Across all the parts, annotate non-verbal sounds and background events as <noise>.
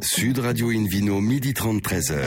Sud Radio Invino, midi 30, 13h.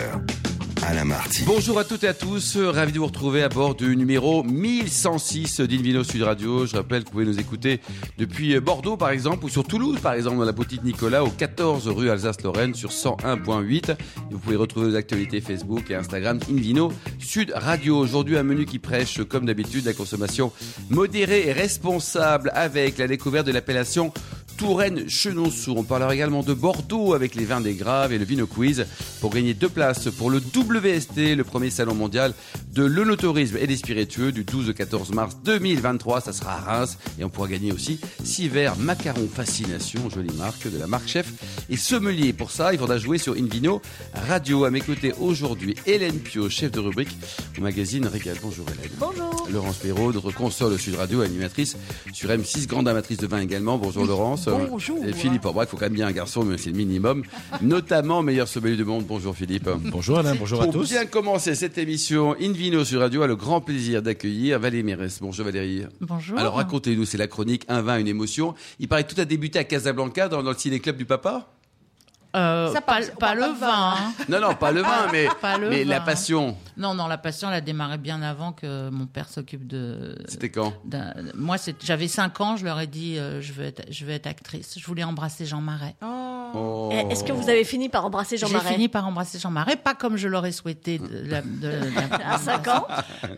Alain Marty. Bonjour à toutes et à tous, ravi de vous retrouver à bord du numéro 1106 d'Invino Sud Radio. Je rappelle que vous pouvez nous écouter depuis Bordeaux par exemple ou sur Toulouse par exemple dans la boutique Nicolas au 14 rue Alsace-Lorraine sur 101.8. Vous pouvez retrouver nos actualités Facebook et Instagram Invino Sud Radio. Aujourd'hui un menu qui prêche comme d'habitude la consommation modérée et responsable avec la découverte de l'appellation Touraine Chenonceau. On parlera également de Bordeaux avec les vins des Graves et le Vino Quiz pour gagner deux places pour le WST, le premier salon mondial de l'onotourisme et des spiritueux du 12 au 14 mars 2023. Ça sera à Reims et on pourra gagner aussi six verres Macaron Fascination, jolie marque de la marque Chef et Sommelier. Pour ça, il faudra jouer sur Invino Radio. À mes côtés aujourd'hui, Hélène Pio, chef de rubrique au magazine Régal. Bonjour Hélène. Bonjour. Laurence Perrault, notre console au Sud Radio, animatrice sur M6, grande amatrice de vin également. Bonjour Laurence. Euh, Bonjour. Et Philippe, en bref, il faut quand même bien un garçon, mais c'est le <laughs> minimum. Notamment meilleur sommelier du monde. Bonjour Philippe. Bonjour Alain, bonjour à Pour tous. bien commencer cette émission, Invino sur Radio a le grand plaisir d'accueillir Valérie Mérès. Bonjour Valérie. Bonjour. Alors racontez-nous, c'est la chronique Un vin, une émotion. Il paraît que tout a débuté à Casablanca dans, dans le ciné-club du papa. Euh, Ça, pas, parce- pas on parle le pas de vin, vin. hein. Non, non, pas le vin, mais, Pas le mais la vin. passion. Non, non, la passion, elle a démarré bien avant que mon père s'occupe de. C'était quand d'un- Moi, c'est- j'avais 5 ans, je leur ai dit euh, je, veux être, je veux être actrice. Je voulais embrasser Jean Marais. Oh. Eh, Est-ce que vous avez fini par embrasser Jean J'ai Marais fini par embrasser Jean Marais, pas comme je l'aurais souhaité de la- de <laughs> la- à 5 ans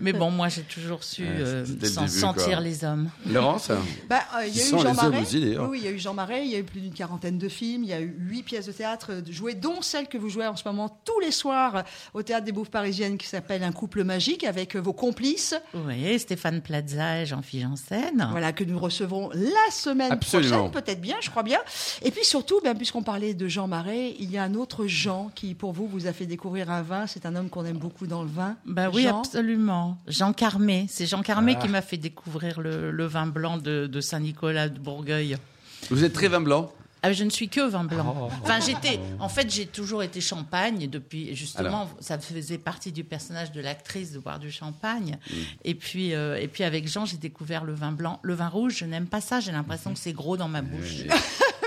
Mais bon, moi, j'ai toujours su Ouais, euh, c'était le sen- début, sentir quoi. les hommes. Laurence Bah, euh, il y Qui a eu sont Jean les hommes Marais. aussi, oui, d'ailleurs. oui, il y a eu Jean Marais. Il y a eu plus d'une quarantaine de films. Il y a eu huit pièces de théâtre euh, jouées, dont celle que vous jouez en ce moment tous les soirs euh, au théâtre des Bouffes Parisiennes, qui s'appelle Un couple magique avec euh, vos complices. Oui, Stéphane Plaza et Jean-Philippe Janssen. Voilà que nous recevrons la semaine Absolument. prochaine, peut-être bien, je crois bien. Et puis surtout, ben, puisqu'on parlait de Jean Marais, il y a un autre Jean qui, pour vous, vous a fait découvrir un vin. C'est un homme qu'on aime beaucoup dans le vin. Bah oui, Jean. absolument. Jean Carmé. C'est Jean Carmé Ah. qui m'a fait découvrir le, le vin blanc de, de Saint-Nicolas de Bourgueil. Vous êtes très vin blanc Ah, je ne suis que vin blanc. Oh. Enfin, j'étais. En fait, j'ai toujours été champagne depuis. Justement, ça faisait partie du personnage de l'actrice de boire du champagne. Mm. Et puis, euh, et puis avec Jean, j'ai découvert le vin blanc, le vin rouge. Je n'aime pas ça. J'ai l'impression Mm-hmm. que c'est gros dans ma bouche.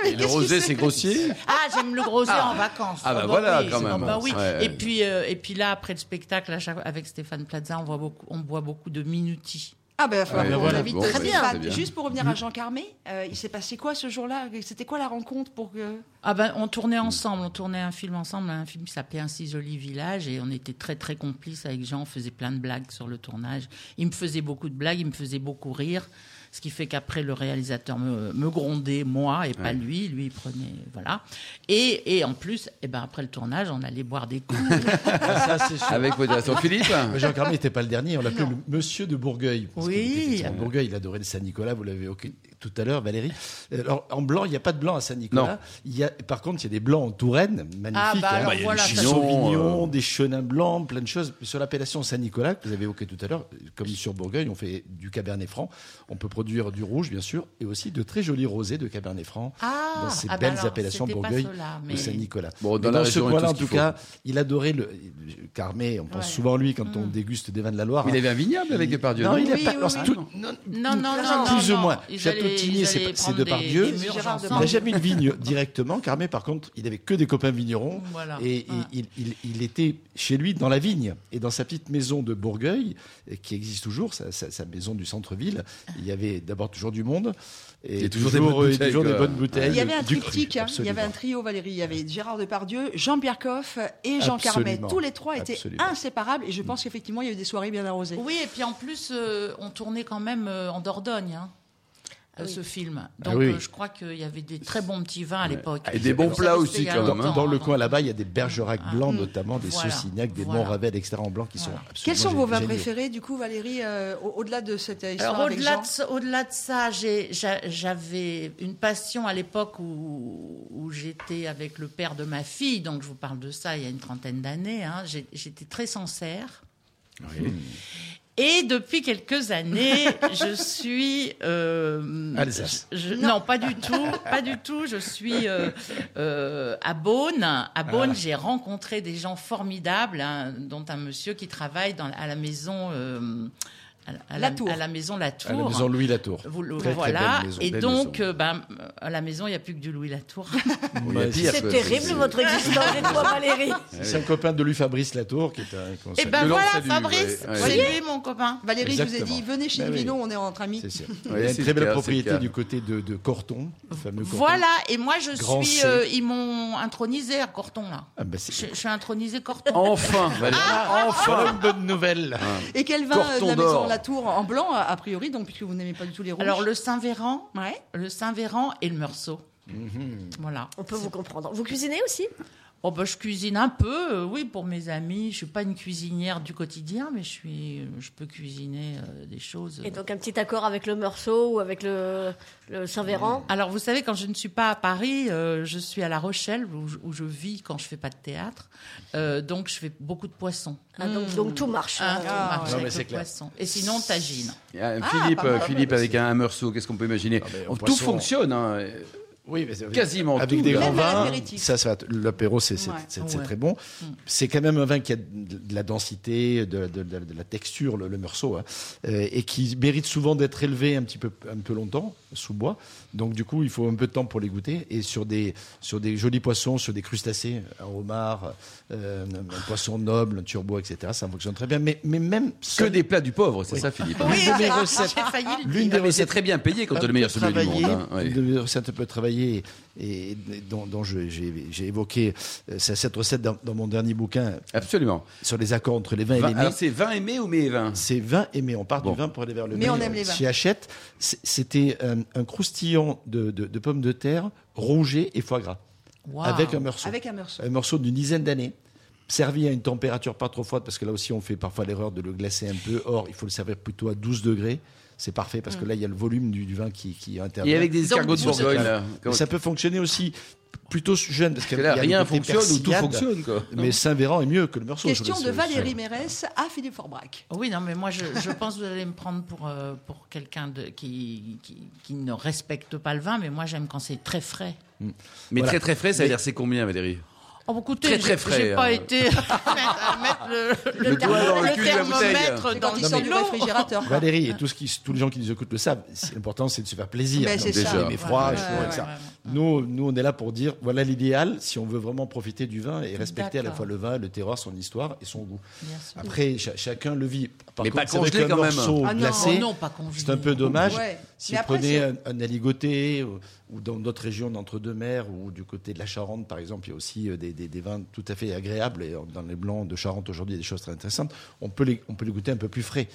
Et le rosé, c'est grossier <laughs> Ah, j'aime le gros yeux en vacances. Ah, bah voilà, oui, quand c'est- même. bah oui. Ouais. Et puis, euh, et puis là, après le spectacle, à chaque- avec Stéphane Plaza, on voit beaucoup, on boit beaucoup de minuti. Ah ben, il va falloir Ouais, qu'on voilà. l'invite. Bon, Très bah, bien. c'est bien. Juste pour revenir à Mmh. Jean Carmé, euh, il s'est passé quoi ce jour-là C'était quoi la rencontre pour que... Ah ben, on tournait Mm. ensemble, on tournait un film ensemble, un film qui s'appelait Un si joli village, et on était très très complices avec Jean, on faisait plein de blagues sur le tournage. Il me faisait beaucoup de blagues, il me faisait beaucoup rire, ce qui fait qu'après le réalisateur me, me grondait, moi, et pas lui, lui il prenait, voilà. Et, et en plus, eh ben, après le tournage, on allait boire des coups. Ça, Ah, c'est sûr. Avec modération. Philippe Mais Jean Carmé n'était pas le dernier, on l'appelait le monsieur de Bourgueil. parce Oui. qu'il était effectivement de Bourgueil, il adorait le Saint-Nicolas, vous l'avez évoqué tout à l'heure, Valérie. Euh, Alors, en blanc, il n'y a pas de blanc à Non. Saint-Nicolas. Il y a, par contre, il y a des blancs en Touraine, magnifiques. Ah, bah, alors il y a voilà, des ça- euh, Sauvignons, des chenins blancs, plein de choses. Sur l'appellation Saint-Nicolas, que vous avez évoqué tout à l'heure, comme sur Bourgueil, on fait du Cabernet Franc. On peut produire du rouge, bien sûr, et aussi de très jolis rosés de Cabernet Franc Ah, dans ces ah, bah belles alors, appellations c'était pas Bourgueil ceux-là, ou mais- Saint-Nicolas. Bon, Mais dans la région, il y a ce tout là en ce qu'il tout faut. cas, il adorait le Carmé, on pense souvent à lui quand Mm. on déguste des vins de la Loire. Il avait un vignoble avec Depardieu. Non, il non a pas. alors, c'est tout- Non, non, non, plus non, ou non. moins. Ils Château allaient- Tigné, ils c'est allaient c'est prendre des- Depardieu. des murs Gérard ensemble. Il n'a jamais eu de vigne directement. Carmé, par contre, il n'avait que des copains vignerons. Voilà. Et il- Ouais. il, il- il était chez lui dans la vigne. Et dans sa petite maison de Bourgueil, et qui existe toujours, sa, sa- sa maison du centre-ville, il y avait d'abord toujours du monde. Et Il y a toujours des bonnes euh, bouteilles, toujours des quoi. bonnes bouteilles. Il y avait un du cru, triptyque, hein. il y absolument. avait un trio, Valérie. Il y avait Gérard Depardieu, Jean-Pierre Coff et Jean Carmet. Absolument. Tous les trois étaient Absolument. Mmh. inséparables et je pense qu'effectivement, il y a eu des soirées bien arrosées. Oui, et puis en plus, euh, on tournait quand même euh, en Dordogne, hein, euh, ce film. Ah Donc oui. euh, je crois qu'il y avait des très bons petits vins à l'époque. Ah, Et des bons Ça, plats c'était aussi, il y a quand même, Dans, hein. longtemps, dans le avant. coin là-bas, il y a des bergeracs Ah. blancs, mm. notamment des Voilà. Saucignacs, des Voilà. Montravel, etc. en blanc qui sont absolument Quels sont vos vins géniaux. préférés, du coup, Valérie, euh, au- au-delà de cette euh, histoire Alors avec au-delà Jean de, ça- au-delà de ça, j'ai- j'a- j'avais une passion à l'époque où, où j'étais avec le père de ma fille, donc je vous parle de ça il y a une trentaine d'années. hein. J'ai- J'étais très sincère. Et depuis quelques années, <laughs> je suis euh, Alsace. je- non. pas du tout, pas du tout. Je suis euh, euh, à Beaune. À Beaune, j'ai rencontré des gens formidables, hein, dont un monsieur qui travaille dans, à la maison. euh, à, à La la, Tour. à la maison La Tour. À Ah, la maison Louis Latour. Vous le- Très, très voilà. belle maison, et belle donc, maison. euh, ben, à la maison, il n'y a plus que du <laughs> Louis Latour. il y a Ouais, pire, c'est- C'est quoi, terrible c'est- votre existence, et toi Valérie. C'est un copain de lui, Fabrice Latour, qui est un et conseiller. ben Le voilà, Lancelot, Fabrice, ouais, ouais. c'est lui, mon copain. Valérie, je vous ai Exactement. dit, venez chez Bah oui. Divino, on est entre amis. C'est sûr. Ouais, Il y a c'est une le très belle cas, c'est propriété le cas. du côté de, de Corton, le fameux Corton. Voilà, et moi, je Grand suis. C. euh, ils m'ont intronisé à Corton, là. Ah ben, c'est- Je, je suis intronisé Corton. Enfin, Valérie. Voilà une bonne nouvelle. Et quel vin euh, de Corton la maison d'or. La Tour en blanc, euh, a a priori, donc puisque vous n'aimez pas du tout les rouges. Alors, le Saint-Véran, ouais. le Saint-Véran et le Meursault. Mhm. Voilà. On peut vous comprendre. Vous cuisinez aussi Oh bah, je cuisine un peu, euh, oui, pour mes amis. Je suis pas une cuisinière du quotidien, mais je suis, euh, je peux cuisiner euh, des choses. Et donc un petit accord avec le Meursault ou avec le, le Saint-Véran Alors, vous savez, quand je ne suis pas à Paris, euh, je suis à La Rochelle, où je, où je vis quand je fais pas de théâtre. Euh, donc, je fais beaucoup de poissons. Ah, donc, donc tout marche. Ah, Euh, on marche Non, mais avec c'est le clair. poisson. Et sinon, tagine. Ah, Philippe, pas mal. Philippe avec un meursault, qu'est-ce qu'on peut imaginer Ah, ben, On- en Tout poisson. fonctionne. hein. Oui, mais c'est- Quasiment avec tout, hein. des là. grands Même à vins, l'apéritif. ça, ça va t- l'apéro, c'est c'est- Ouais. c'est- c'est Ouais. très bon. Mm. C'est quand même un vin qui a de, de la densité, de, de- de- de la texture, le, le meursault, hein, euh, et qui mérite souvent d'être élevé un petit peu, un peu longtemps sous bois. Donc du coup, il faut un peu de temps pour les goûter. Et sur des, sur des jolis poissons, sur des crustacés, un homard, euh, un poisson noble, un turbo, etc. Ça fonctionne très bien. Mais, mais même Que seul- des plats du pauvre, c'est ça, Philippe. L'une de mes J'ai recettes- failli le dire. l'une des Ah, mais c'est recettes très bien payé quand on est le meilleur sommelier du monde. travailler, hein. Ouais. de recettes un peu travaillées et, et dont, dont je- j'ai j'ai évoqué euh, c'est cette recette dans, dans mon dernier bouquin Absolument. sur les accords entre les vins et Vin- les mets. alors, c'est vin aimé ou mets et vin C'est vin et mets. On part Bon. du vin pour aller vers le Mais mets. on aime les vins. Chez Hachette, c'est- c'était un, un croustillon de, de- de pommes de terre rouget et foie gras Wow. avec un morceau. Avec un meursault. Un morceau d'une dizaine d'années, servi à une température pas trop froide, parce que là aussi on fait parfois l'erreur de le glacer un peu. Or, il faut le servir plutôt à 12 degrés. C'est parfait Mm. parce que là, il y a le volume du, du vin qui, qui intervient. Et avec des Donc, escargots de vous- Bourgogne, là. Mais ça peut fonctionner aussi plutôt jeune. Parce que Parce que là, il y a le rien côté fonctionne ou tout persillade, fonctionne, quoi. Mais Saint-Véran est mieux que le morceau. Question je de le- Valérie Mérès à Philippe Forbrac. Oh Oui, non, mais moi, je, je pense que vous allez me prendre pour, euh, pour quelqu'un de- qui, qui, qui ne respecte pas le vin, mais moi, j'aime quand c'est très frais. Mais Voilà. très très frais, ça veut dire c'est combien, Valérie Oh, bah, écoutez, Très, très j'ai- frais, J'ai pas hein. été <laughs> à mettre le, le doigt dans le thermo- cul le de la bouteille. thermomètre C'est dans Quand il sort du l'eau. réfrigérateur. Valérie et tout ce qui, tous les gens qui nous écoutent le savent. C'est- L'important, c'est de se faire plaisir. Mais Donc, c'est déjà, ça. Il est froid, Ouais, il faut ouais, être ouais, ça. ouais, ouais. Nous, nous, on est là pour dire voilà l'idéal si on veut vraiment profiter du vin et respecter à la D'accord. fois le vin, le terroir, son histoire et son goût. Bien sûr. Après, cha- chacun le vit. Par Mais contre, pas c'est vrai congelé qu'un quand même. morceau Ah non. glacé, Oh non, pas congelé. C'est un peu dommage. Ouais. Si Mais vous après, prenez c'est- un, un aligoté ou, ou dans d'autres régions d'entre-deux-mers ou du côté de la Charente, par exemple, il y a aussi euh, des, des- des vins tout à fait agréables. Et euh, dans les blancs de Charente aujourd'hui, il y a des choses très intéressantes. On peut les, on peut les goûter un peu plus frais.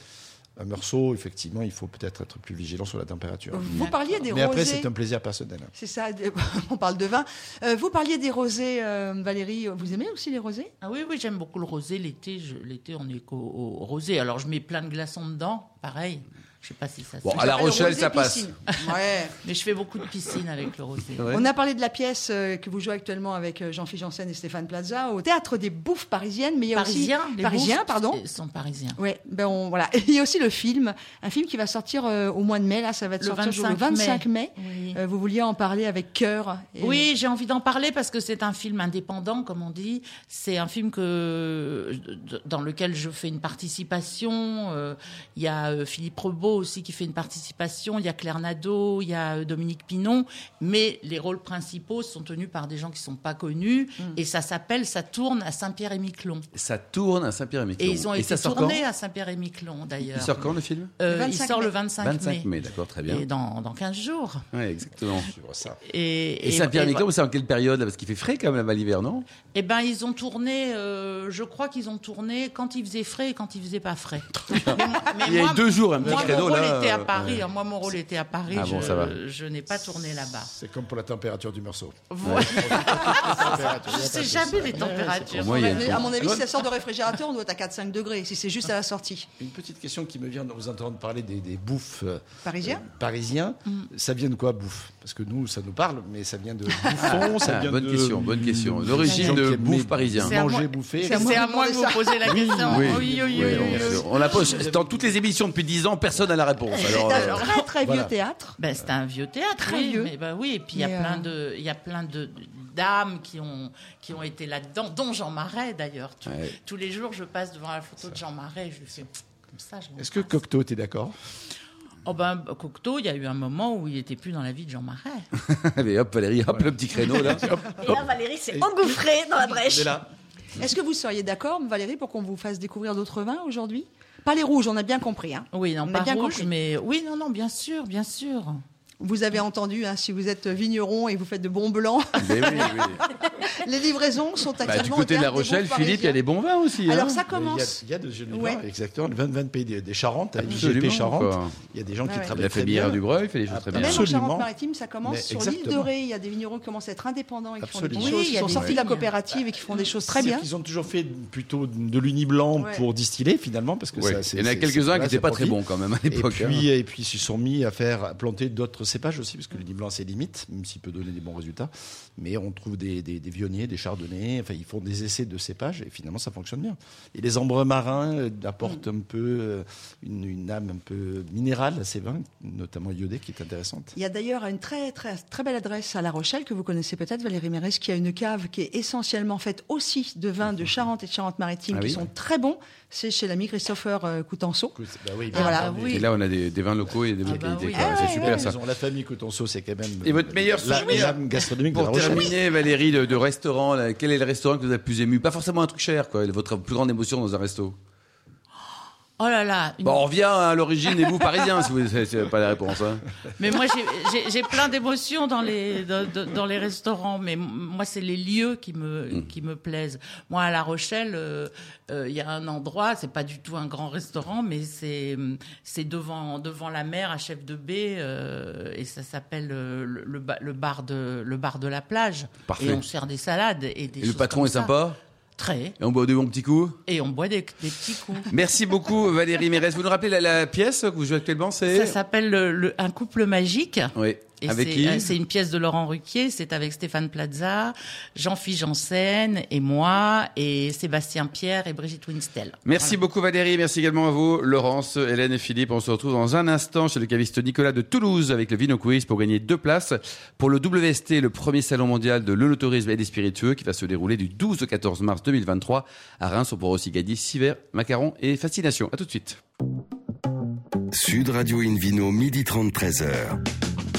Un morceau, effectivement, il faut peut-être être plus vigilant sur la température. Vous parliez des Mais après, rosés. c'est un plaisir personnel. C'est ça, <laughs> de- on parle de vin. Euh, vous parliez des rosés, euh, Valérie. Vous aimez aussi les rosés Ah oui, oui, j'aime beaucoup le rosé. L'été, je- l'été, on est qu'au- au, rosé. Alors, je mets plein de glaçons dedans, pareil. Je sais pas si ça se Bon, fait. à La Le rosé Rochelle, ça passe. Ah, piscine. Ouais. Mais je fais beaucoup de piscine avec le rosé. Ouais. On a parlé de la pièce euh, que vous jouez actuellement avec euh, Jean-Philippe Janssen et Stéphane Plaza au théâtre des Bouffes parisiennes, mais il y a Parisiens, aussi les parisiens, Bourses, pardon. ils sont parisiens. Ouais, ben on- voilà. <laughs> Et il y a aussi le film, un film qui va sortir euh, au mois de mai. Là, ça va être Le sorti 25 le 25 mai. Oui. Euh, vous vouliez en parler avec cœur. Et- Oui, j'ai envie d'en parler parce que c'est un film indépendant, comme on dit. C'est un film que dans lequel je fais une participation. Euh, Il y a euh, Philippe Rebaud aussi qui fait une participation. Il y a Claire Nadeau, il y a euh, Dominique Pinon. Mais les rôles principaux sont tenus par des gens qui sont pas connus. Hmm. Et ça s'appelle, ça tourne à Saint-Pierre-et-Miquelon. Ça tourne à Saint-Pierre-et-Miquelon. Et ils ont été ça sort tournés quand à Saint-Pierre-et-Miquelon d'ailleurs. Il sort quand le film Euh, Le il 25 sort le mai. 25, 25 mai. mai, d'accord, très bien. Et dans, dans 15 jours. Ouais, exactement. Et, Et, et- et- Saint-Pierre-et-Miquelon, c'est en quelle période là Parce qu'il fait frais quand même à l'hiver, non Eh ben, ils ont tourné, euh, je crois qu'ils ont tourné quand il faisait frais et quand il faisait <laughs> pas frais. Mais moi- mais Il y a moi- eu deux jours, un petit moi, créneau mon rôle là. était à euh, Paris. hein. Moi, mon rôle était à Paris. Ah bon, je ça va. je n'ai pas tourné là-bas. C'est comme pour la température du morceau. Voilà. je sais jamais les Au températures. moins, il y a Mais un à peu- mon avis, si ça sort de réfrigérateur, on doit être à 4-5 degrés, si c'est juste à la sortie. Une petite question qui me vient de vous entendre parler des, des bouffes euh, Parisien euh, parisiens. Ça vient de quoi, bouffe Parce que nous, ça nous parle, mais ça vient de bouffon, ça Ah, vient bonne de- question, bonne question. de- L'origine des gens de qui aiment bouffe parisien. C'est à moi- Manger, bouffer. C'est à moi, que vous posez la question. Oui, Oui, oui, oui, oui, oui, bien oui. sûr. On la pose dans toutes les émissions depuis 10 ans, personne n'a la réponse. <laughs> Alors, C'est euh, un très très Voilà. vieux théâtre. Ben, c'est un vieux théâtre, Très oui, vieux. mais euh, ben oui, et puis il y a Mais, plein de, il y a plein de dames qui ont qui ont été là-dedans, dont Jean Marais d'ailleurs. Tous- Ouais. Tous les jours, je passe devant la photo de Jean Marais, je lui fais comme ça. je Est-ce que l'embrasse. Cocteau, t'es d'accord Oh ben, Cocteau, il y a eu un moment où il n'était plus dans la vie de Jean Marais. <laughs> <laughs> Allez, hop, Valérie, hop, le petit créneau, <laughs> là. Et là, Valérie s'est engouffrée dans la brèche. Est-ce que vous seriez d'accord, Valérie, pour qu'on vous fasse découvrir d'autres vins aujourd'hui Pas les rouges, on a bien compris. hein. Oui, non, On a pas bien rouge, compris. mais oui, non, non, bien sûr, bien sûr. Vous avez entendu, hein, si vous êtes vigneron et vous faites de bons blancs, <laughs> Mais Eh oui, oui. les livraisons sont Bah, actuellement du au côté de terme La des Rochelle, bons Philippe, il y a Parisiens. des bons vins aussi. hein. Alors ça Il y a, commence. il y a de Genève, Ouais. exactement, le 20 pays des, des Charentes, à Absolument, IGP Charente. quoi. Il y a des gens qui Ah ouais. Il travaillent a fait très Bière bien. du Breuil, il fait des choses très bien. Même en Absolument. Charente-Maritime, ça commence. Mais sur l'île de exactement. Ré, il y a des vignerons qui commencent à être indépendants et qui font des Absolument. petites choses. Oui, il Ils y a sont des sortis de la vignes. coopérative et qui font des choses très C'est-à-dire bien. qu'ils ont toujours fait plutôt de l'uni blanc Ouais. pour distiller finalement parce que Ouais. ça, c'est- Il y en a c'est- quelques-uns voilà, qui ça n'étaient pas très produit. bons quand même à Et l'époque. hein. puis, et puis ils se sont mis à faire à planter d'autres cépages aussi, parce que le blanc c'est limite, même s'il peut donner des bons résultats. Mais on trouve des, des, des vionniers, des chardonnays, enfin ils font des essais de cépages et finalement ça fonctionne bien. Et les ambres marins euh, apportent Mm. un peu euh, une, une âme un peu minérale à ces vins, notamment iodée qui est intéressante. Il y a d'ailleurs une très, très, très belle adresse à La Rochelle que vous connaissez peut-être, Valérie Mérès, qui a une cave qui est essentiellement faite aussi de vins de Charente et de Charente-Maritime Ah qui oui. sont très bons. C'est chez l'ami Christopher euh, Coutenceau. Écoute, bah oui, Ah, voilà, entendu. oui. Et là, on a des, des vins locaux et des bonnes bah qualités. oui. quoi. Ah, c'est ouais, super Ils ça. ont la famille Cotonceau, c'est quand même. euh, Et votre meilleur la- souvenir l'âme gastronomique de Pour la Rochelle. terminer, Valérie, de, de restaurant, là, quel est le restaurant que vous a le plus ému Pas forcément un truc cher, quoi. Votre plus grande émotion dans un resto Oh là là. une- Bon, on revient à l'origine des vous parisiens, si vous n'avez pas la réponse. hein. Mais moi, j'ai- j'ai- j'ai plein d'émotions dans les, dans, dans- dans les restaurants, mais m- moi, c'est les lieux qui Mm. me, qui me plaisent. Moi, à La Rochelle, euh, euh, il y a un endroit, c'est pas du tout un grand restaurant, mais c'est c'est devant, devant la mer, à Chef de Baie, euh, et ça s'appelle euh, le, le, ba- le bar de, le bar de la plage. Parfait. Et on sert des salades et des Et le choses patron comme est ça. sympa Très. Et on boit de bons petits coups Et on boit des, des petits coups. Merci beaucoup, Valérie Mérez. Vous nous rappelez la, la pièce que vous jouez actuellement Ça C'est. s'appelle le- le- Un couple magique. Oui. Et Avec c'est- qui euh, C'est une pièce de Laurent Ruquier, c'est avec Stéphane Plaza, Jean-Philippe Janssen et moi, et Sébastien Pierre et Brigitte Winstel. Merci beaucoup Valérie, merci également à vous Laurence, Hélène et Philippe. On se retrouve dans un instant chez le caviste Nicolas de Toulouse avec le Vino Quiz pour gagner deux places pour le WST, le premier salon mondial de l'œnotourisme et des spiritueux qui va se dérouler du 12 au 14 mars 2023 à Reims. On pourra aussi gagner 6 verres, macarons et fascination. À tout de suite. Sud Radio Invino, midi 30, 13h.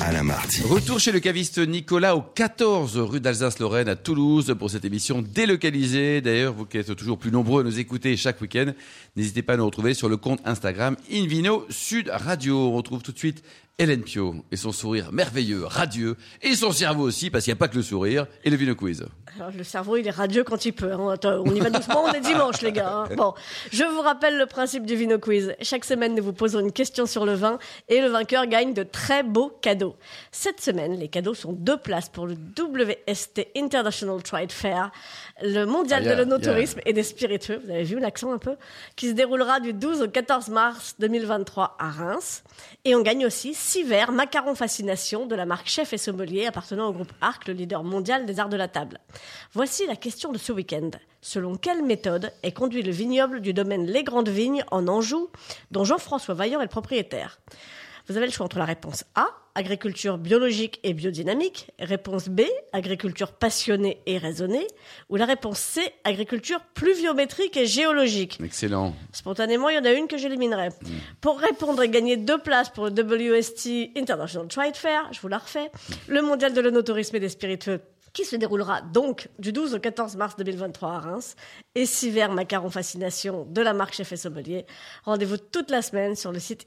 Alain Marty. Retour chez le caviste Nicolas au 14 rue d'Alsace-Lorraine à Toulouse pour cette émission délocalisée. D'ailleurs, vous qui êtes toujours plus nombreux à nous écouter chaque week-end, n'hésitez pas à nous retrouver sur le compte Instagram Invino Sud Radio. On retrouve tout de suite Hélène Pio et son sourire merveilleux, radieux et son cerveau aussi parce qu'il n'y a pas que le sourire et le Vino Quiz. Alors, le cerveau, il est radieux quand il peut. hein. Attends, on y va doucement, on est dimanche, les gars. hein. Bon, je vous rappelle le principe du Vino Quiz. Chaque semaine, nous vous posons une question sur le vin et le vainqueur gagne de très beaux cadeaux. Cette semaine, les cadeaux sont deux places pour le WST International Trade Fair, le mondial Ah, yeah, de l'onotourisme et des spiritueux. Vous avez vu l'accent un peu Qui se déroulera du 12 au 14 mars 2023 à Reims. Et on gagne aussi six verres macarons fascination de la marque Chef et Sommelier appartenant au groupe Arc, le leader mondial des arts de la table. Voici la question de ce week-end. Selon quelle méthode est conduit le vignoble du domaine Les Grandes Vignes en Anjou, dont Jean-François Vaillant est le propriétaire Vous avez le choix entre la réponse A, agriculture biologique et biodynamique, réponse B, agriculture passionnée et raisonnée, ou la réponse C, agriculture pluviométrique et géologique. Excellent. Spontanément, il y en a une que j'éliminerai. Mm. Pour répondre et gagner deux places pour le WST International Trade Fair, je vous la refais, Mm. le mondial de l'onotourisme et des spiritueux qui se déroulera donc du 12 au 14 mars 2023 à Reims, et six verres macarons fascination de la marque Chef et Sommelier. Rendez-vous toute la semaine sur le site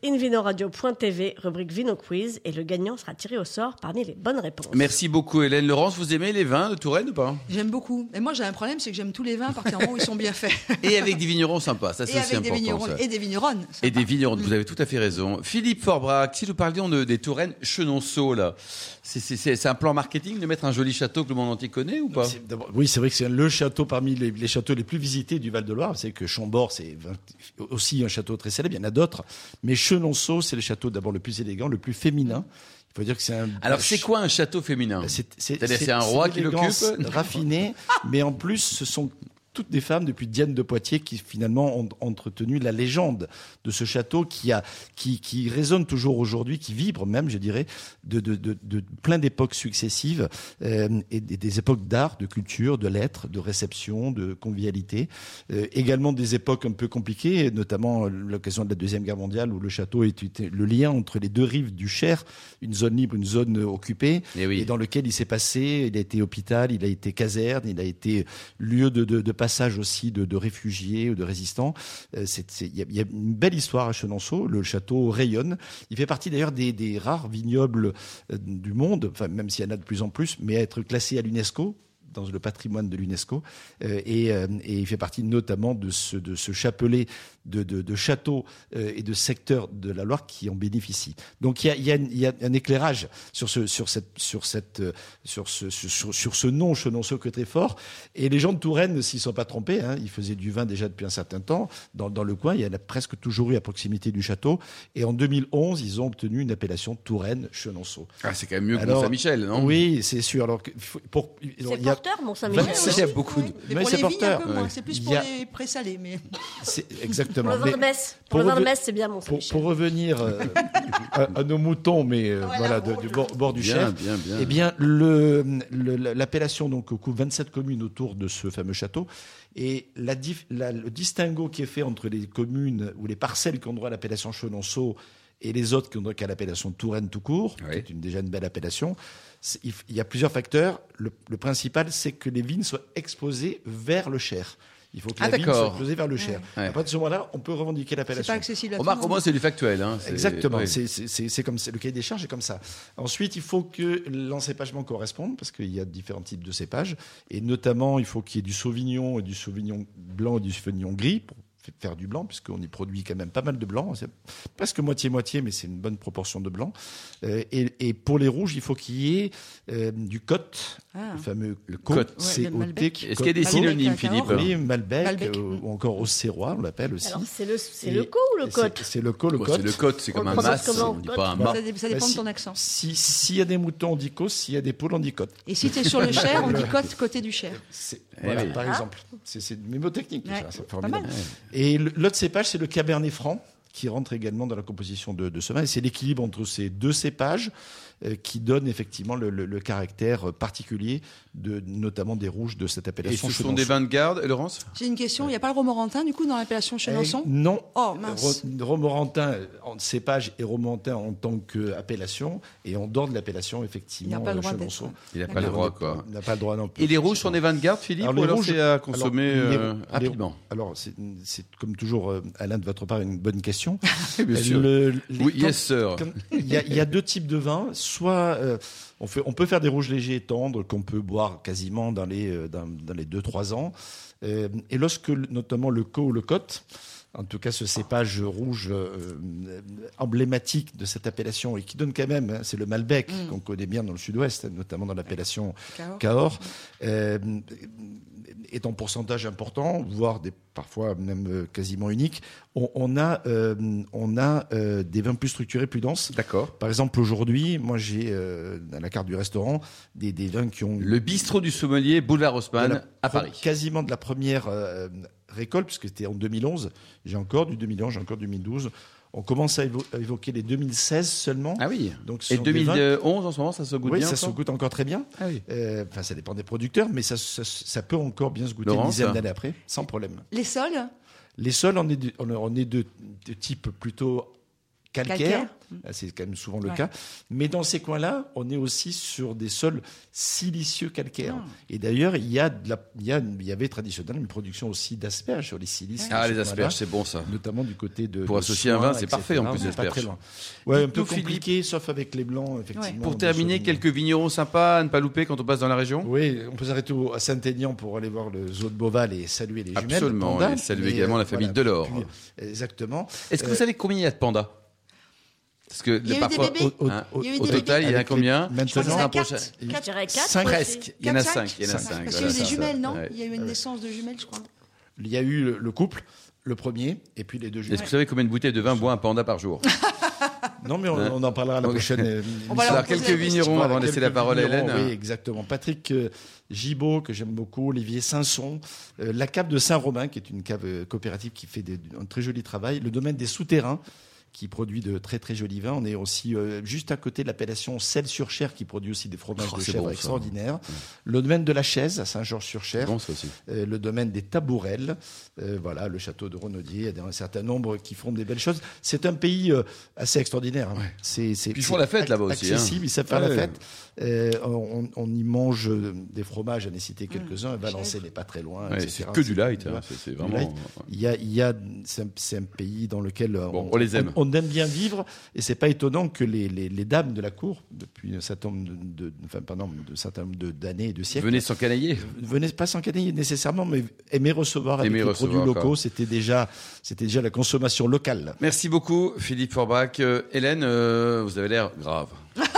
invinoradio.tv, rubrique Vino Quiz, et le gagnant sera tiré au sort parmi les bonnes réponses. Merci beaucoup Hélène. Laurence, vous aimez les vins de Touraine ou pas J'aime beaucoup. Et moi, j'ai un problème, c'est que j'aime tous les vins à partir du moment où ils sont bien faits. Et avec des vignerons sympas, ça <laughs> Et c'est aussi avec des important. vignerons. ça. Et des vignerons. Et des vignerons, vous avez tout à fait raison. Philippe Forbrac, si nous parlions de, des Touraines Chenonceau, là, c'est- c'est c'est un plan marketing de mettre un joli château que le monde entier connaît ou pas C'est d'abord- Oui, c'est vrai que c'est le château parmi les, les châteaux les plus visités du Val-de-Loire. C'est que Chambord, c'est vingt- aussi un château très célèbre. Il y en a d'autres. Mais Chenonceau, c'est le château d'abord le plus élégant, le plus féminin. Il faut dire que c'est un. Alors c'est quoi un château féminin C'est <laughs> C'est-à-dire c'est un roi qui l'élégance l'occupe Raffiné, mais en plus, ce sont toutes des femmes, depuis Diane de Poitiers, qui finalement ont entretenu la légende de ce château qui, a, qui, qui résonne toujours aujourd'hui, qui vibre même, je dirais, de, de, de, de plein d'époques successives euh, et des, des époques d'art, de culture, de lettres, de réception, de convivialité. Euh, également des époques un peu compliquées, notamment l'occasion de la Deuxième Guerre mondiale où le château était le lien entre les deux rives du Cher, une zone libre, une zone occupée, Eh oui. et dans lequel il s'est passé, il a été hôpital, il a été caserne, il a été lieu de, de- de passage aussi de, de réfugiés ou de résistants. Euh, c'est- c'est- Il y, a- il y a une belle histoire à Chenonceau, le château rayonne. Il fait partie d'ailleurs des, des rares vignobles euh, du monde, enfin, même s'il y en a de plus en plus, mais à être classé à l'UNESCO dans le patrimoine de l'UNESCO. Euh, et, euh, et il fait partie notamment de ce, de ce chapelet de, de- de châteaux euh, et de secteurs de la Loire qui en bénéficient. Donc il y a, il y a- il y a un éclairage sur ce, sur cette, sur cette, euh, sur ce, sur- sur, sur ce nom Chenonceau que très fort. Et les gens de Touraine s'y sont pas trompés. hein. Ils faisaient du vin déjà depuis un certain temps dans, dans le coin. Il y en a presque toujours eu à proximité du château. Et en 2011, ils ont obtenu une appellation Touraine Chenonceau. Ah, c'est quand même mieux que Alors, Mont-Saint-Michel, non Oui, c'est sûr. Alors que, faut- pour, C'est il y a- porteur, mon saint Ouais, c'est- il y a beaucoup de- Mais mais pour c'est les vignes, un peu porteur. moins. Ouais. C'est plus Il y pour a- les présalés. Mais c'est Pour <laughs> exactement. le vin de Mais- messe, pour pour le vin de reven- messe, c'est bien, mon saint pour, pour revenir euh, à, à nos moutons, mais euh, voilà, de- du bord, bord du Bien, chef. bien, bien. Eh bien, le- le- l'appellation donc couvre 27 communes autour de ce fameux château, et la dif- la- le distinguo qui est fait entre les communes ou les parcelles qui ont droit à l'appellation Chenonceau et les autres qui ont droit qu'à l'appellation Touraine tout court, Ouais. qui est une, déjà une belle appellation, c'est- il, f- il y a plusieurs facteurs. Le, le principal, c'est que les vignes soient exposées vers le Cher. Il faut que Ah, la vigne soit d'accord. exposée vers le Cher. Ouais. À partir de ce moment-là, on peut revendiquer c'est pas l'appellation. accessible à Remarque, tout au le monde. moins, c'est du factuel. hein. C'est- Exactement, oui. c'est- c'est c'est- c'est comme ça. Le cahier des charges est comme ça. Ensuite, il faut que l'encépagement corresponde, parce qu'il y a différents types de cépages, et notamment, il faut qu'il y ait du sauvignon, et du sauvignon blanc et du sauvignon gris, pour f- faire du blanc, puisqu'on y produit quand même pas mal de blanc, c'est presque moitié-moitié, mais c'est une bonne proportion de blanc. Euh, et, et pour les rouges, il faut qu'il y ait euh, du cote, Ah. le fameux le Côte. Ouais, le Malbec. Est-ce qu'il y a des Malbec, synonymes, la Philippe Cahors. Ah, Oui, Malbec, Malbec. euh, ou encore Auxerrois, on l'appelle aussi. Alors, c'est le, c'est Et- le co ou le et cote c'est- C'est le co, le Bon, cote. C'est le côte, c'est On comme le un prononce mas, comment, on dit côte pas un Ça, mas. dé- ça dépend Bah, de si- ton accent. Si- S'il y a des moutons, on dit côte. S'il y a des poules, on dit côte. Et si tu es sur le Cher, on dit côte, côté du Cher. C'est- Eh Voilà, oui. par exemple. C'est c'est une mémotechnique, tout Ah. Ouais, ça. C'est pas mal. formidable. Et le- l'autre cépage, c'est le cabernet franc, qui rentre également dans la composition de, de ce vin. Et c'est l'équilibre entre ces deux cépages euh, qui donne effectivement le, le- le caractère particulier, de, notamment des rouges de cette Et appellation. ce sont Chenonceau. des vins de garde, et Laurence J'ai une question. Il n'y a pas le Romorantin, du coup, dans l'appellation Chenonçon Eh, Non. Oh, mince. Ro- Romorantin euh, en cépage et romorantin en tant qu'appellation. Et en dehors de l'appellation, Il n'y a effectivement, pas le euh, droit d'être. hein. Chenonceau. Il n'a pas le droit, quoi. On n'a pas le droit non plus. Et les rouges sont des vins de garde, Philippe, Alors, ou les alors rouges- c'est à consommer Alors, les- euh, les- rapidement Alors, c'est- c'est comme toujours, euh, Alain, de votre part, une bonne question. Euh, Oui, bien sûr. Le- les- Oui, quand- yes, sir. quand- Il y, a- il y a deux types de vins. Soit euh, on, fait, on peut faire des rouges légers et tendres qu'on peut boire quasiment dans les, euh, dans, dans les 2-3 ans. Euh, et lorsque le- notamment le co ou le cote, en tout cas ce cépage rouge euh, euh, emblématique de cette appellation et qui donne quand même, hein, c'est le Malbec Mm. qu'on connaît bien dans le sud-ouest, notamment dans l'appellation Cahors. Cahors euh, est en pourcentage important, voire des, parfois même euh, quasiment unique. On, on a, euh, on a euh, des vins plus structurés, plus denses. D'accord. Par exemple, aujourd'hui, moi j'ai euh, à la carte du restaurant des, des vins qui ont Le bistrot du sommelier, boulevard Haussmann, de la à pre- Paris. Quasiment de la première euh, récolte, puisque c'était en 2011. J'ai encore du 2011, j'ai encore du 2012. On commence à, évo- à évoquer les 2016 seulement. Ah oui. Donc, ce Et sont des vins- 2011, en ce moment, ça se goûte oui, bien ça se encore goûte encore très bien. Ah oui. Euh, Enfin, ça dépend des producteurs, mais ça, ça- ça peut encore bien se goûter Laurent, une dizaine ça d'années après, sans problème. Les sols Les sols, on est de, on- on est de- de type plutôt calcaire. Calcaire. Ah, C'est quand même souvent le Ouais. cas. Mais dans ces coins-là, on est aussi sur des sols silicieux calcaires. Et d'ailleurs, il y, a de la- il y, a- il y avait traditionnellement une production aussi d'asperges sur les silices. Ah, dans les ces coins-là, asperges, c'est bon ça. Notamment du côté de. Pour de associer un Soins, vin, c'est etc. parfait, en plus, On est pas asperges. très loin. Ouais, un peu Dites-nous, Philippe. compliqué, sauf avec les blancs, effectivement. euh, Pour de terminer, Sauvignon. quelques vignerons sympas à ne pas louper quand on passe dans la région Oui, on peut s'arrêter au- à Saint-Aignan pour aller voir le zoo de Beauval et saluer les jumelles. Absolument, le panda. et saluer Mais, également euh, la famille Delors. puis, Exactement. Est-ce que vous Euh, savez combien il y a de pandas Parce que Il y a eu des parfois, bébés. au, hein, Il y a eu au des total, il y en a Avec les- combien maintenant- Je crois qu'il y en On a approche- quatre. Je dirais 4. Cinq. Il y en a Quatre, cinq. Il y en a Cinq. cinq. Parce qu'il y a eu voilà, des ça, jumelles, non ouais. Il y a eu une naissance de jumelles, je crois. Il y a eu le, le couple, le premier, et puis les deux Est-ce que jumelles. vous savez combien de bouteilles de vin boit un panda par jour Non, mais on, Ouais. on en parlera à la Ok. <laughs> prochaine. euh, On va leur Alors, poser quelques la question. vignerons Voilà, avant de laisser la quelques parole à vignerons, Hélène. Oui, exactement. Patrick euh, Gibaud, que j'aime beaucoup, Olivier Sanson, euh, la cave de Saint-Romain, qui est une cave euh, coopérative qui fait des- un très joli travail, le domaine des souterrains, qui produit de très très jolis vins. On est aussi euh, juste à côté de l'appellation Celle sur Cher, qui produit aussi des fromages Oh, de c'est chèvre bon, ça. extraordinaires. Le domaine de la Chaise, à Saint-Georges-sur-Cher. Bon, ça aussi. Euh, le domaine des tabourelles, euh, voilà, le château de Renaudier, il y a un certain nombre qui font des belles choses. C'est un pays euh, assez extraordinaire. hein. C'est, c'est, Puis ils c'est font la fête ac- là-bas aussi, hein. Accessible, ils savent faire Ouais. la fête. Euh, on, on y mange euh, des fromages, j'en ai cité quelques-uns, et Valençay chèvre. n'est pas très loin. Ouais, etc. c'est que du light. hein. Voilà. C'est- C'est Du vraiment. light. Il y a, il y a c'est, un, c'est un pays dans lequel euh, Bon, on les aime. On, aime bien vivre, et c'est pas étonnant que les, les, les dames de la cour, depuis un certain nombre de, de- enfin, pardon, de certain nombre de- d'années et de siècles, Venez s'encanailler. venez pas s'encanailler nécessairement, mais aimer recevoir avec Aimer les recevoir, produits quoi. locaux, c'était déjà, c'était déjà la consommation locale. Merci beaucoup, Philippe Forbach. Euh, Hélène, euh, vous avez l'air grave. <laughs>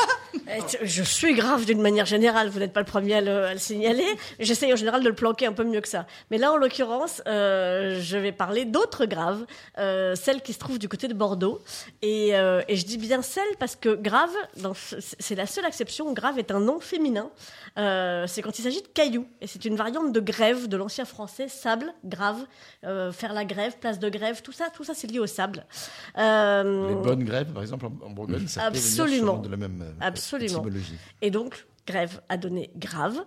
Euh, t- Je suis grave d'une manière générale, vous n'êtes pas le premier à le, à le signaler. J'essaye en général de le planquer un peu mieux que ça. Mais là, en l'occurrence, euh, je vais parler d'autres graves, euh, celles qui se trouvent du côté de Bordeaux. Et, euh, et je dis bien celles parce que grave, dans ce- c'est la seule acception où grave est un nom féminin. Euh, c'est quand il s'agit de cailloux. Et c'est une variante de grève de l'ancien français, sable, grave, euh, faire la grève, place de grève, tout ça, tout ça c'est lié au sable. Euh, Les bonnes grèves, par exemple, en en Bourgogne, ça peut venir Absolument. sûrement de la même euh, Absolument. étymologie. Et donc, grève a donné grave,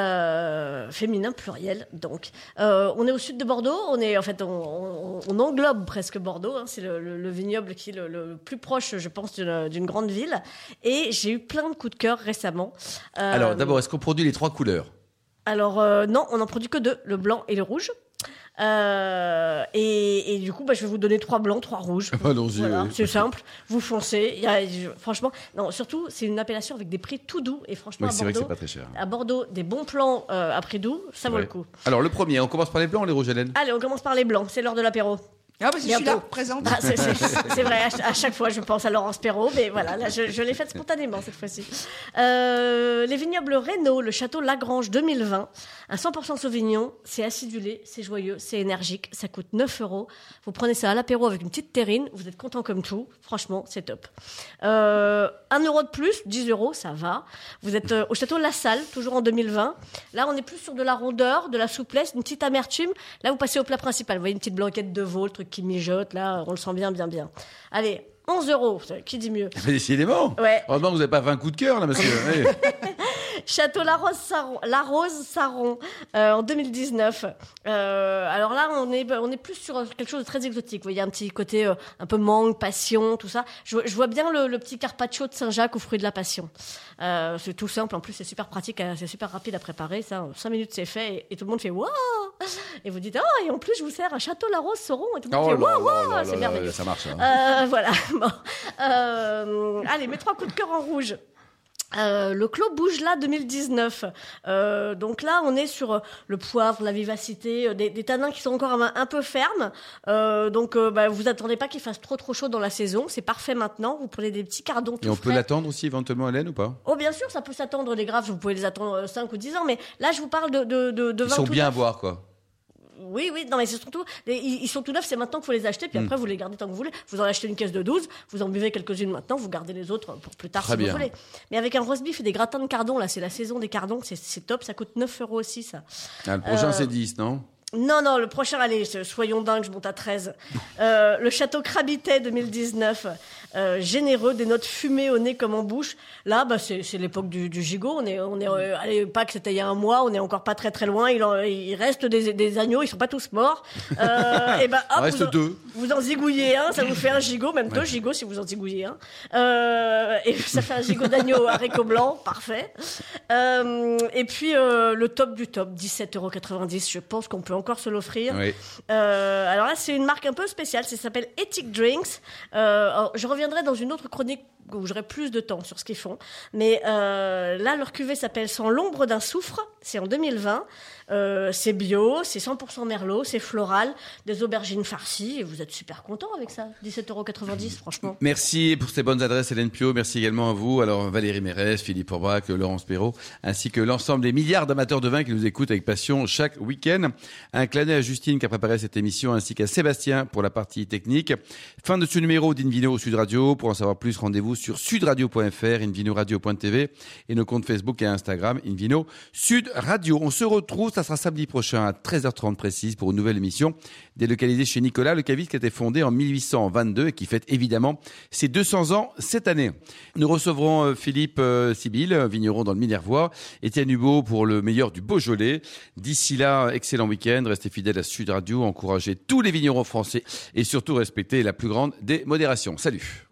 euh, féminin pluriel. Donc, Euh, on est au sud de Bordeaux. On est en fait, on, on- on englobe presque Bordeaux. hein. C'est le, le- le vignoble qui est le, le plus proche, je pense, d'une d'une grande ville. Et j'ai eu plein de coups de cœur récemment. Euh, Alors, d'abord, est-ce qu'on produit les trois couleurs alors euh, non, on n'en produit que deux, le blanc et le rouge. Euh, et, et du coup, bah, je vais vous donner trois blancs, trois rouges. Allons-y, Voilà, oui. c'est simple. Vous foncez. Il y a- je- franchement, non. Surtout, c'est une appellation avec des prix tout doux. Et franchement, Oui, à c'est vrai que c'est Bordeaux, pas très cher. à Bordeaux, des bons plans euh, à prix doux, ça vaut Ouais. le coup. Alors, le premier, on commence par les blancs ou les rouges, Hélène Allez, on commence par les blancs. C'est l'heure de l'apéro. Ah, parce que je suis là, Bientôt. présente. Ah, c'est- c'est c'est vrai, à, ch- à chaque fois je pense à Laurence Perrault, mais voilà, là, je, je l'ai faite spontanément cette fois-ci. Euh, les vignobles Renault, le château Lagrange 2020, un 100% Sauvignon, c'est acidulé, c'est joyeux, c'est énergique, ça coûte 9 euros. Vous prenez ça à l'apéro avec une petite terrine, vous êtes content comme tout, franchement, c'est top. Euh, 1 euro de plus, 10 euros, ça va. Vous êtes euh, au château La Salle, toujours en 2020. Là, on est plus sur de la rondeur, de la souplesse, une petite amertume. Là, vous passez au plat principal. Vous voyez une petite blanquette de veau, le truc qui mijote, là, on le sent bien, bien, bien. Allez, 11 euros, qui dit mieux <laughs> Mais Décidément Ouais. Heureusement que vous n'avez pas 20 coups de cœur, là, <laughs> monsieur. Eh. Ouais. Château La Rose Saron, La Rose Saron euh, en 2019. Euh, alors là, on est, on est plus sur quelque chose de très exotique. Vous voyez, un petit côté euh, un peu mangue, passion, tout ça. Je, je vois bien le, le petit carpaccio de Saint-Jacques au fruit de la passion. Euh, c'est tout simple. En plus, c'est super pratique, euh, c'est super rapide à préparer. Ça, en 5 minutes, c'est fait. Et, et tout le monde fait waouh Et vous dites, oh, et en plus, je vous sers un Château La Rose Saron. Et tout le monde Oh fait là waouh, là là waouh, c'est là là, merveilleux. Ça marche. hein. Euh, voilà. <laughs> Bon. Euh, allez, mes trois coups de cœur en rouge. Euh, le Clos bouge là 2019. Euh, donc là, on est sur euh, le poivre, la vivacité, euh, des, des tanins qui sont encore un, un peu fermes. Euh, donc, euh, bah, vous attendez pas qu'il fasse trop trop chaud dans la saison. C'est parfait maintenant. Vous prenez des petits cardons tout Et on peut frais. l'attendre aussi, éventuellement, Hélène, ou pas Oh, bien sûr, ça peut s'attendre. Les graves, vous pouvez les attendre 5 ou 10 ans. Mais là, je vous parle de de de, de Ils vins sont tout bien à boire, quoi. oui, oui, non, mais c'est surtout, les- ils, ils sont tout neufs, c'est maintenant qu'il faut les Hmm. acheter, puis après vous les gardez tant que vous voulez. Vous en achetez une caisse de 12, vous en buvez quelques-unes maintenant, vous gardez les autres pour plus tard Très si bien. vous voulez. Mais avec un roast beef et des gratins de cardon, là, c'est la saison des cardons, c'est- c'est top, ça coûte 9 euros aussi, ça. Ah, le prochain, Euh, c'est 10, non Non, non, le prochain, allez, so- soyons dingues, je monte à 13. Euh, le château Crabitais 2019, euh, généreux, des notes fumées au nez comme en bouche. Là, bah, c'est c'est l'époque du, du gigot, on est, on est euh, allez, pas que c'était il y a un mois, on est encore pas très très loin, il, en- il reste des, des agneaux, ils sont pas tous morts. <laughs> Euh, et ben, hop, Il reste vous en- deux. vous en zigouillez un, ça vous fait un gigot, même deux gigots si vous en zigouillez un. Euh, et ça fait un gigot d'agneau haricot blanc, parfait. Euh, et puis euh, le top du top, 17,90€, je pense qu'on peut encore se l'offrir. Oui. Euh, alors là, c'est une marque un peu spéciale, ça s'appelle Ethic Drinks. Euh, alors, je reviendrai dans une autre chronique où j'aurai plus de temps sur ce qu'ils font. Mais euh, là, leur cuvée s'appelle Sans l'ombre d'un soufre. C'est en 2020. Euh, c'est bio, c'est 100% merlot, c'est floral, des aubergines farcies. Et vous êtes super content avec ça. 17,90€, franchement. Merci pour ces bonnes adresses, Hélène Pio. Merci également à vous. Alors, Valérie Mérès, Philippe Orbrac, Laurence Perrault, ainsi que l'ensemble des milliards d'amateurs de vin qui nous écoutent avec passion chaque week-end. Un clin d'œil à Justine qui a préparé cette émission, ainsi qu'à Sébastien pour la partie technique. Fin de ce numéro d'Invino Sud Radio. Pour en savoir plus, rendez-vous sur sudradio.fr, invinoradio.tv et nos comptes Facebook et Instagram, Invino Sud Radio. On se retrouve, ça sera samedi prochain à 13h30 précise pour une nouvelle émission délocalisée chez Nicolas Le Caviste qui a été fondé en 1822 et qui fête évidemment ses 200 ans cette année. Nous recevrons euh, Philippe Sibyl, vigneron dans le Minervois, Étienne Hubo pour le meilleur du Beaujolais. D'ici là, excellent week-end, restez fidèles à Sud Radio, encouragez tous les vignerons français et surtout respectez la plus grande des modérations. Salut